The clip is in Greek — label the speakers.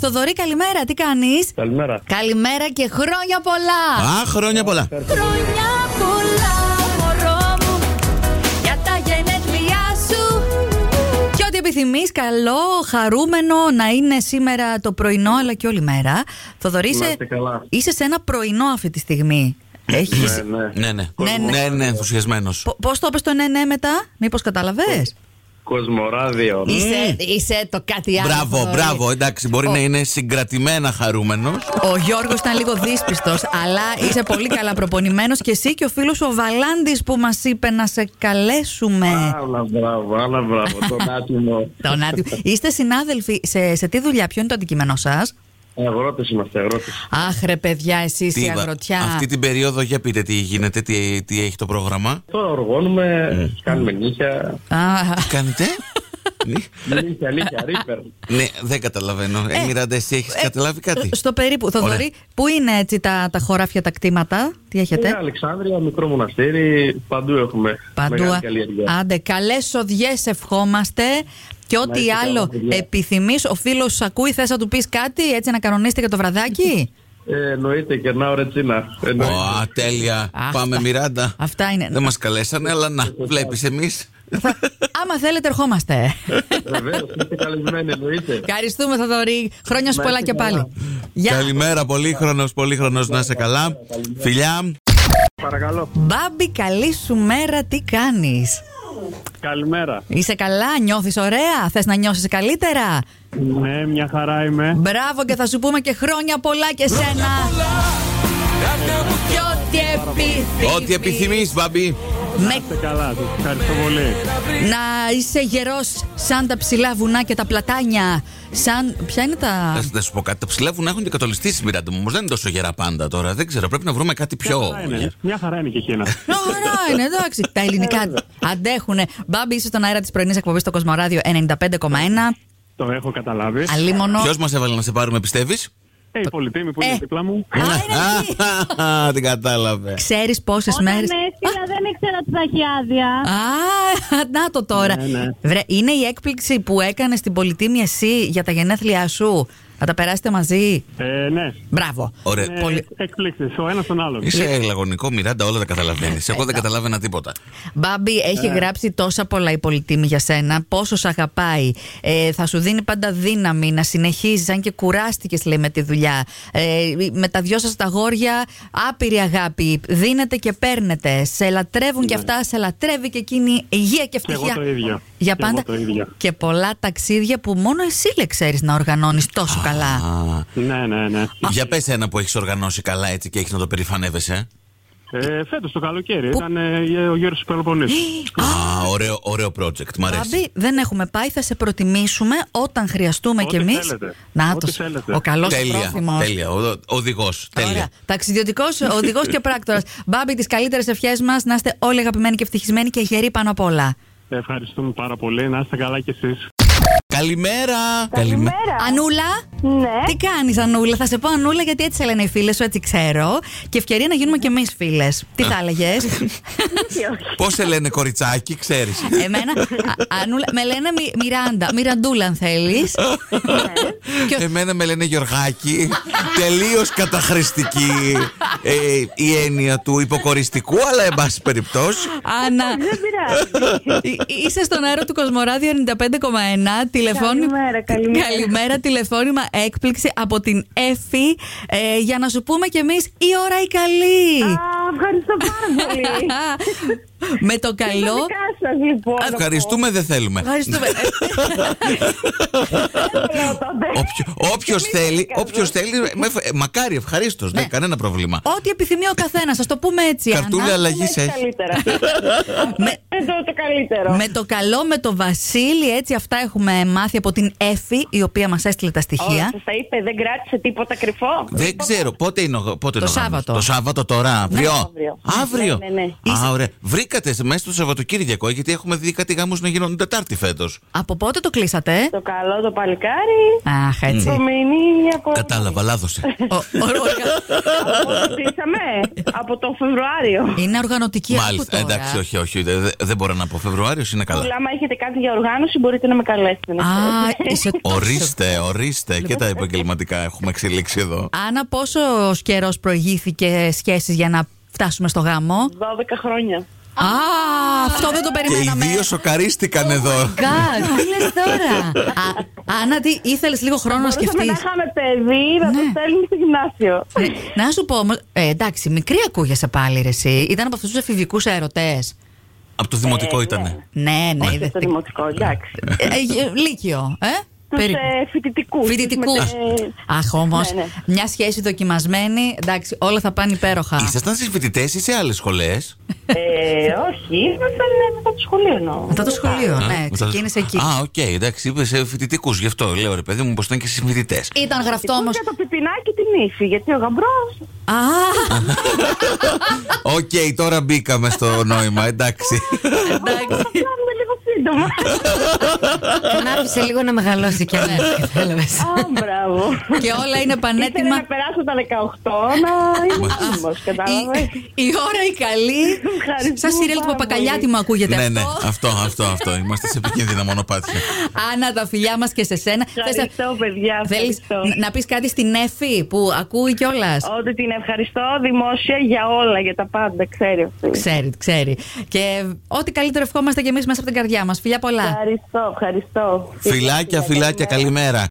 Speaker 1: Θοδωρή, καλημέρα. Τι κάνεις.
Speaker 2: Καλημέρα.
Speaker 1: Καλημέρα και χρόνια πολλά.
Speaker 3: Α, χρόνια πολλά.
Speaker 1: Χρόνια πολλά, μωρό μου. Για τα γενέθλιά σου. Και ό,τι επιθυμείς, καλό, χαρούμενο να είναι σήμερα το πρωινό, αλλά και όλη μέρα. Θοδωρή,
Speaker 2: Να
Speaker 1: είσαι,
Speaker 2: είστε καλά.
Speaker 1: είσαι σε ένα πρωινό αυτή τη στιγμή. Έχεις...
Speaker 2: Ναι, ναι.
Speaker 3: Ναι, ναι.
Speaker 1: Ναι, ναι.
Speaker 3: Ναι, ναι, ενθουσιασμένος.
Speaker 1: Πο- Πώς το είπες το ναι ναι μετά, μήπως κατάλαβες
Speaker 2: Κοσμοράδιο.
Speaker 3: Ναι.
Speaker 2: Ναι.
Speaker 1: Είσαι, είσαι το κάτι άλλο
Speaker 3: Μπράβο,
Speaker 1: Θοδωρή.
Speaker 3: μπράβο. Εντάξει, μπορεί
Speaker 1: Ο-
Speaker 3: να είναι συγκρατημένα χαρούμενος.
Speaker 1: Ο Γιώργος ήταν λίγο δύσπιστος Αλλά είσαι πολύ καλά προπονημένος Και εσύ και ο φίλος ο Βαλάντης που μας είπε να σε καλέσουμε
Speaker 2: Άλλα μπράβο, άλλα μπράβο. Τον άτιμο.
Speaker 1: Τον Άτιο. Είστε συνάδελφοι σε, σε τι δουλειά, ποιο είναι το αντικείμενό σας
Speaker 2: Αγρότες είμαστε, αγρότες.
Speaker 1: Αχ ρε παιδιά εσείς
Speaker 3: Τι
Speaker 1: η
Speaker 3: είπα,
Speaker 1: αγροτιά
Speaker 3: Αυτή την περίοδο για πείτε τι γίνεται, τι, τι έχει το πρόγραμμα.
Speaker 2: Τώρα
Speaker 3: Ναι.
Speaker 2: οργώνουμε, κάνουμε νύχια.
Speaker 1: Α,
Speaker 3: Κάνετε. Ναι.
Speaker 2: Νύχια, νύχια, ρίπερ.
Speaker 3: ναι, δεν καταλαβαίνω. Ε, Μιράντα, εσύ έχεις καταλάβει κάτι.
Speaker 1: ε, Στο περίπου, Θοδωρή, πού είναι έτσι τα, τα χωράφια, τα κτήματα, τι έχετε
Speaker 2: Είναι Ε, Αλεξάνδρεια, μικρό μοναστήρι. Παντού έχουμε.
Speaker 1: Παντού.
Speaker 2: Μεγάλη καλλιέργεια.
Speaker 1: Άντε, καλές οδιές ευχόμαστε. Και ό,τι
Speaker 2: είστε καλά,
Speaker 1: άλλο
Speaker 2: παιδιά.
Speaker 1: επιθυμείς, ο φίλος σου ακούει, θες να του πεις κάτι, έτσι να κανονίσετε και το βραδάκι.
Speaker 2: Ε, εννοείται, κερνάω ρετσίνα. Εννοείται.
Speaker 3: Ω, τέλεια.
Speaker 1: Αχ,
Speaker 3: Πάμε,
Speaker 1: τα-
Speaker 3: Μιράντα.
Speaker 1: αυτά είναι.
Speaker 3: Δεν μας καλέσανε, αλλά να, βλέπεις εμείς.
Speaker 1: Θα- Άμα θέλετε, ερχόμαστε.
Speaker 2: Βεβαίως, είστε καλεσμένοι, εννοείται.
Speaker 1: Ευχαριστούμε, Θαδωρή. Χρόνια σου
Speaker 2: Να
Speaker 1: πολλά
Speaker 2: είστε
Speaker 1: και πάλι.
Speaker 2: καλά.
Speaker 1: Γεια.
Speaker 3: Καλημέρα, πολύχρονος, πολύχρονος να είσαι καλά. Φιλιά.
Speaker 2: Παρακαλώ.
Speaker 1: Μπάμπη, καλή σου μέρα, τι κάνεις.
Speaker 4: Καλημέρα.
Speaker 1: Είσαι καλά, νιώθεις ωραία, θες να νιώσεις καλύτερα.
Speaker 4: Ναι, μια χαρά είμαι.
Speaker 1: Μπράβο και θα σου πούμε και χρόνια πολλά και σένα. Και ό,τι επιθυμείς.
Speaker 3: Ό,τι επιθυμείς, μπαμπί.
Speaker 1: Με
Speaker 4: Είστε καλά, σας ευχαριστώ πολύ.
Speaker 1: Να είσαι γερός σαν τα ψηλά βουνά και τα πλατάνια. Σαν. Ποια είναι τα.
Speaker 3: Να σου πω κάτι. Τα ψηλά βουνά έχουν και κατολιστήσει, Μιράντα μου. Όμως δεν είναι τόσο γερά πάντα τώρα. Δεν ξέρω, πρέπει να βρούμε κάτι πιο.
Speaker 4: Χαρά είναι. Μια χαρά είναι και εκείνα.
Speaker 1: Ωραία, είναι εντάξει. Τα ελληνικά αντέχουνε. Μπάμπη, είσαι στον αέρα της πρωινής εκπομπής στο Κοσμοράδιο 95,1.
Speaker 4: Το έχω καταλάβει.
Speaker 1: Αλίμονο.
Speaker 3: Ποιος μας έβαλε να σε πάρουμε, πιστεύεις.
Speaker 4: Ε, η πολυτήμη που
Speaker 1: Ε.
Speaker 4: είναι δίπλα μου.
Speaker 1: Α, είναι εκεί.
Speaker 3: Την κατάλαβε.
Speaker 1: Ξέρεις πόσες
Speaker 5: Όταν
Speaker 1: μέρες.
Speaker 5: με έστειλα δεν ήξερα ότι θα έχει άδεια.
Speaker 1: Α, να το τώρα.
Speaker 4: Ναι, ναι.
Speaker 1: Βρε, είναι η έκπληξη που έκανες στην πολυτήμη εσύ για τα γενέθλιά σου. Να τα περάσετε μαζί.
Speaker 4: Ε, ναι.
Speaker 1: Μπράβο.
Speaker 3: Ωραία.
Speaker 4: Ε,
Speaker 1: Ναι, Πολύ-
Speaker 4: Εκπλήξεις ο ένας τον άλλον.
Speaker 3: Είσαι λαγωνικό, Μιράντα, όλα τα καταλαβαίνεις.
Speaker 1: Ε,
Speaker 3: Εγώ δεν καταλάβαινα τίποτα.
Speaker 1: Μπάμπη,
Speaker 4: Ναι.
Speaker 1: έχει γράψει τόσα πολλά η πολυτήμη για σένα. Πόσο σ' αγαπάει. Ε, θα σου δίνει πάντα δύναμη να συνεχίζεις, αν και κουράστηκες, λέει, με τη δουλειά. Ε, με τα δυο σας τα γόρια, άπειρη αγάπη. Δίνετε και παίρνετε. Σε λατρεύουν και αυτά, σε λατρεύει και εκείνη υγεία και
Speaker 4: Και Ναι. εγώ
Speaker 1: ευτυχία.
Speaker 4: το ίδιο.
Speaker 1: Για
Speaker 4: Και εγώ
Speaker 1: πάντα.
Speaker 4: το ίδιο.
Speaker 1: Και πολλά ταξίδια που μόνο εσύ λέ ξέρεις να οργανώνεις τόσο καλά.
Speaker 3: Α,
Speaker 4: Ναι, ναι, ναι.
Speaker 3: Για πες ένα που έχεις οργανώσει καλά έτσι και έχει να το περηφανεύεσαι.
Speaker 4: Ε, φέτος το καλοκαίρι ήταν ε, ο Γιώργος Πελοποννήσου.
Speaker 3: Α, ωραίο, ωραίο project. Μ' αρέσει.
Speaker 1: Μπάμπη, δεν έχουμε πάει. Θα σε προτιμήσουμε όταν χρειαστούμε
Speaker 4: Ό,τι
Speaker 1: κι εμείς.
Speaker 4: θέλετε.
Speaker 1: Να
Speaker 4: Ό,τι
Speaker 1: το.
Speaker 4: θέλετε.
Speaker 1: Ο καλός
Speaker 3: Τέλεια.
Speaker 1: πρόθυμος.
Speaker 3: Τέλεια. Οδηγό. Τέλεια.
Speaker 1: Ταξιδιωτικό οδηγός και πράκτορας. Μπάμπη, τις καλύτερες ευχές μας να είστε όλοι αγαπημένοι και ευτυχισμένοι και γεροί πάνω απ' όλα.
Speaker 4: Ε, Ευχαριστούμε πάρα πολύ. Να είστε καλά κι εσείς.
Speaker 3: Καλημέρα.
Speaker 1: Ανούλα!
Speaker 5: Ναι.
Speaker 1: Τι κάνεις, Ανούλα, θα σε πω Ανούλα γιατί έτσι σε λένε οι φίλες σου, έτσι ξέρω. Και ευκαιρία να γίνουμε κι εμείς φίλες. Τι θα έλεγες.
Speaker 3: Πώς σε λένε κοριτσάκι, ξέρεις.
Speaker 1: Εμένα, Α- Ανούλα, με λένε Μι- Μιράντα, Μιραντούλα αν θέλεις.
Speaker 5: Ναι.
Speaker 1: Και ο-
Speaker 3: Εμένα με λένε Γεωργάκη. Τελείως καταχρηστική ε, η έννοια του υποκοριστικού, αλλά εν πάση περιπτώσει.
Speaker 1: Άννα,
Speaker 5: Δεν πειράζει.
Speaker 1: εί- είσαι στον αέρα του Κοσμοράδιο 95,1. Τηλεφώνη...
Speaker 5: Καλημέρα, καλημέρα.
Speaker 1: Καλημέρα, τηλεφώνημα έκπληξη από την Εφη ε, για να σου πούμε κι εμείς η ώρα η καλή.
Speaker 5: Α, Ευχαριστώ πάρα πολύ.
Speaker 1: Με το
Speaker 5: Τα
Speaker 1: καλό.
Speaker 5: δικά σας, λοιπόν.
Speaker 3: Ευχαριστούμε, δεν θέλουμε.
Speaker 1: Ευχαριστούμε.
Speaker 5: Λέω τότε.
Speaker 1: Ε,
Speaker 3: Όποιο θέλει, όποιος θέλει, με φε- ε, μακάρι ευχαρίστως,
Speaker 1: Ναι.
Speaker 3: δεν κανένα πρόβλημα.
Speaker 1: Ό,τι επιθυμεί ο καθένας, ας το πούμε έτσι.
Speaker 3: Καρτούλα
Speaker 1: Άννα.
Speaker 3: αλλαγή
Speaker 5: Έτσι
Speaker 3: έχει.
Speaker 5: Καλύτερα.
Speaker 1: Με,
Speaker 5: Ε, το- Το καλύτερο.
Speaker 1: με το καλό, με το Βασίλη, έτσι αυτά έχουμε μάθει από την Εφη, η οποία μας έστειλε τα στοιχεία.
Speaker 5: Σας τα είπε, δεν κράτησε τίποτα κρυφό.
Speaker 3: Δεν ξέρω πότε είναι ο πότε είναι ο γάμος?
Speaker 1: Σάββατο. Ναι.
Speaker 3: Το Σάββατο τώρα, αύριο.
Speaker 5: αύριο.
Speaker 3: Αύριο.
Speaker 5: Ναι, ναι, ναι.
Speaker 3: Α, ωραία. Βρήκατε σε- μέσα στο Σαββατοκύριακο, γιατί έχουμε δει κάτι γάμους να γίνονται Τετάρτη φέτος.
Speaker 1: Από πότε το κλείσατε, ε?
Speaker 5: Το καλό το παλικάρι.
Speaker 1: Αχ, έτσι.
Speaker 5: Το μείνει από.
Speaker 3: Ε. Κατάλαβα, λάθος
Speaker 1: Ο- ο- ο-
Speaker 5: από το κλείσαμε. από τον Φεβρουάριο.
Speaker 1: Είναι οργανωτική άκου
Speaker 3: Μάλιστα,
Speaker 1: τώρα.
Speaker 3: εντάξει, όχι, όχι. δε- δε- Δεν δεν μπορώ να πω. Φεβρουάριος είναι καλά.
Speaker 5: Απλά, άμα έχετε κάτι για οργάνωση, μπορείτε να με καλέσετε. να
Speaker 1: Α,
Speaker 5: ξέρετε.
Speaker 1: είσαι τόσο-
Speaker 3: Ορίστε, ορίστε. Και τα επαγγελματικά έχουμε εξελίξει εδώ.
Speaker 1: Άννα, πόσο καιρός προηγήθηκε σχέσεις για να φτάσουμε στο γάμο.
Speaker 5: 12 χρόνια.
Speaker 1: Α, αυτό δεν το
Speaker 3: Και οι
Speaker 1: περιμέναμε.
Speaker 3: δύο σοκαρίστηκαν εδώ.
Speaker 1: Oh God, τι λες τώρα. Α, Άννα, τι ήθελες λίγο χρόνο να
Speaker 5: Μπορούσαμε
Speaker 1: σκεφτεί.
Speaker 5: να είχαμε παιδί, να το
Speaker 1: Ναι. ε,
Speaker 5: στέλνουμε στο γυμνάσιο.
Speaker 1: Να σου πω όμω. Ε, εντάξει, μικρή ακούγεσαι πάλι ρε, εσύ. Ήταν από αυτούς τους εφηβικούς ερωτές.
Speaker 3: Από το δημοτικό
Speaker 5: Ε,
Speaker 3: ήτανε.
Speaker 5: ναι.
Speaker 1: Ναι, ναι, είδε.
Speaker 5: Στο δημοτικό, εντάξει.
Speaker 1: Λύκειο, ε.
Speaker 5: Του
Speaker 1: περίπου.
Speaker 5: ε, φοιτητικούς.
Speaker 1: Φοιτητικού. Αχ, όμως.
Speaker 5: Ναι, ναι.
Speaker 1: Μια σχέση δοκιμασμένη. Εντάξει, όλα θα πάνε υπέροχα.
Speaker 3: Ήσασταν στις φοιτητές ή σε άλλες σχολές.
Speaker 5: ε, Όχι, ήμασταν μετά το σχολείο εννοώ.
Speaker 1: Μετά το σχολείο, ναι, ξεκίνησε εκεί.
Speaker 3: Ε, Α, οκ, εντάξει, είπες σε φοιτητικούς. Γι' αυτό λέω ρε παιδί μου, πως ήταν και στις φοιτητές.
Speaker 1: Ήταν γραφτό όμως.
Speaker 5: Για το πιπινάκι την ύφη, γιατί ο γαμπρός
Speaker 1: Α,
Speaker 3: Οκ, τώρα μπήκαμε στο νόημα, εντάξει.
Speaker 5: θα
Speaker 1: εντάξει.
Speaker 5: κάνουμε λίγο σύντομα.
Speaker 6: Τον άφησε λίγο να μεγαλώσει κι
Speaker 1: Ναι,
Speaker 6: αυτό.
Speaker 1: κατάλαβες.
Speaker 5: Α, μπράβο.
Speaker 1: Και όλα είναι
Speaker 5: Ήθελε να
Speaker 1: πανέτοιμα. ε,
Speaker 5: περάσω τα 18, να είμαι άμυμος,
Speaker 1: Η,
Speaker 5: κατάλαβες.
Speaker 1: η ώρα η καλή.
Speaker 5: Ευχαριστούμε
Speaker 1: Σαν σειρέλ του
Speaker 5: πάρα
Speaker 1: Παπακαλιάτη
Speaker 5: πολύ.
Speaker 1: μου ακούγεται
Speaker 3: ναι,
Speaker 1: αυτό.
Speaker 3: ναι, αυτό, αυτό, αυτό. Είμαστε σε επικίνδυνα μονοπάτια.
Speaker 1: Άννα, τα φιλιά μας και σε σένα. Θες να-
Speaker 5: Ευχαριστώ, παιδιά.
Speaker 1: Θέλεις
Speaker 5: Ευχαριστώ.
Speaker 1: ν- να πεις κάτι στην Εφη που ακούει κιόλας.
Speaker 5: Ότι την ευχαριστώ δημόσια για όλα, για τα πάντα, ξέρει αυτή.
Speaker 1: Ξέρει, ξέρει. Και ό,τι καλύτερο ευχόμαστε κι εμείς μέσα από την καρδιά μας. Φιλιά πολλά. Ε,
Speaker 5: Ευχαριστώ, ευχαριστώ.
Speaker 1: ναι,
Speaker 3: Φιλάκια, φιλάκια, καλημέρα.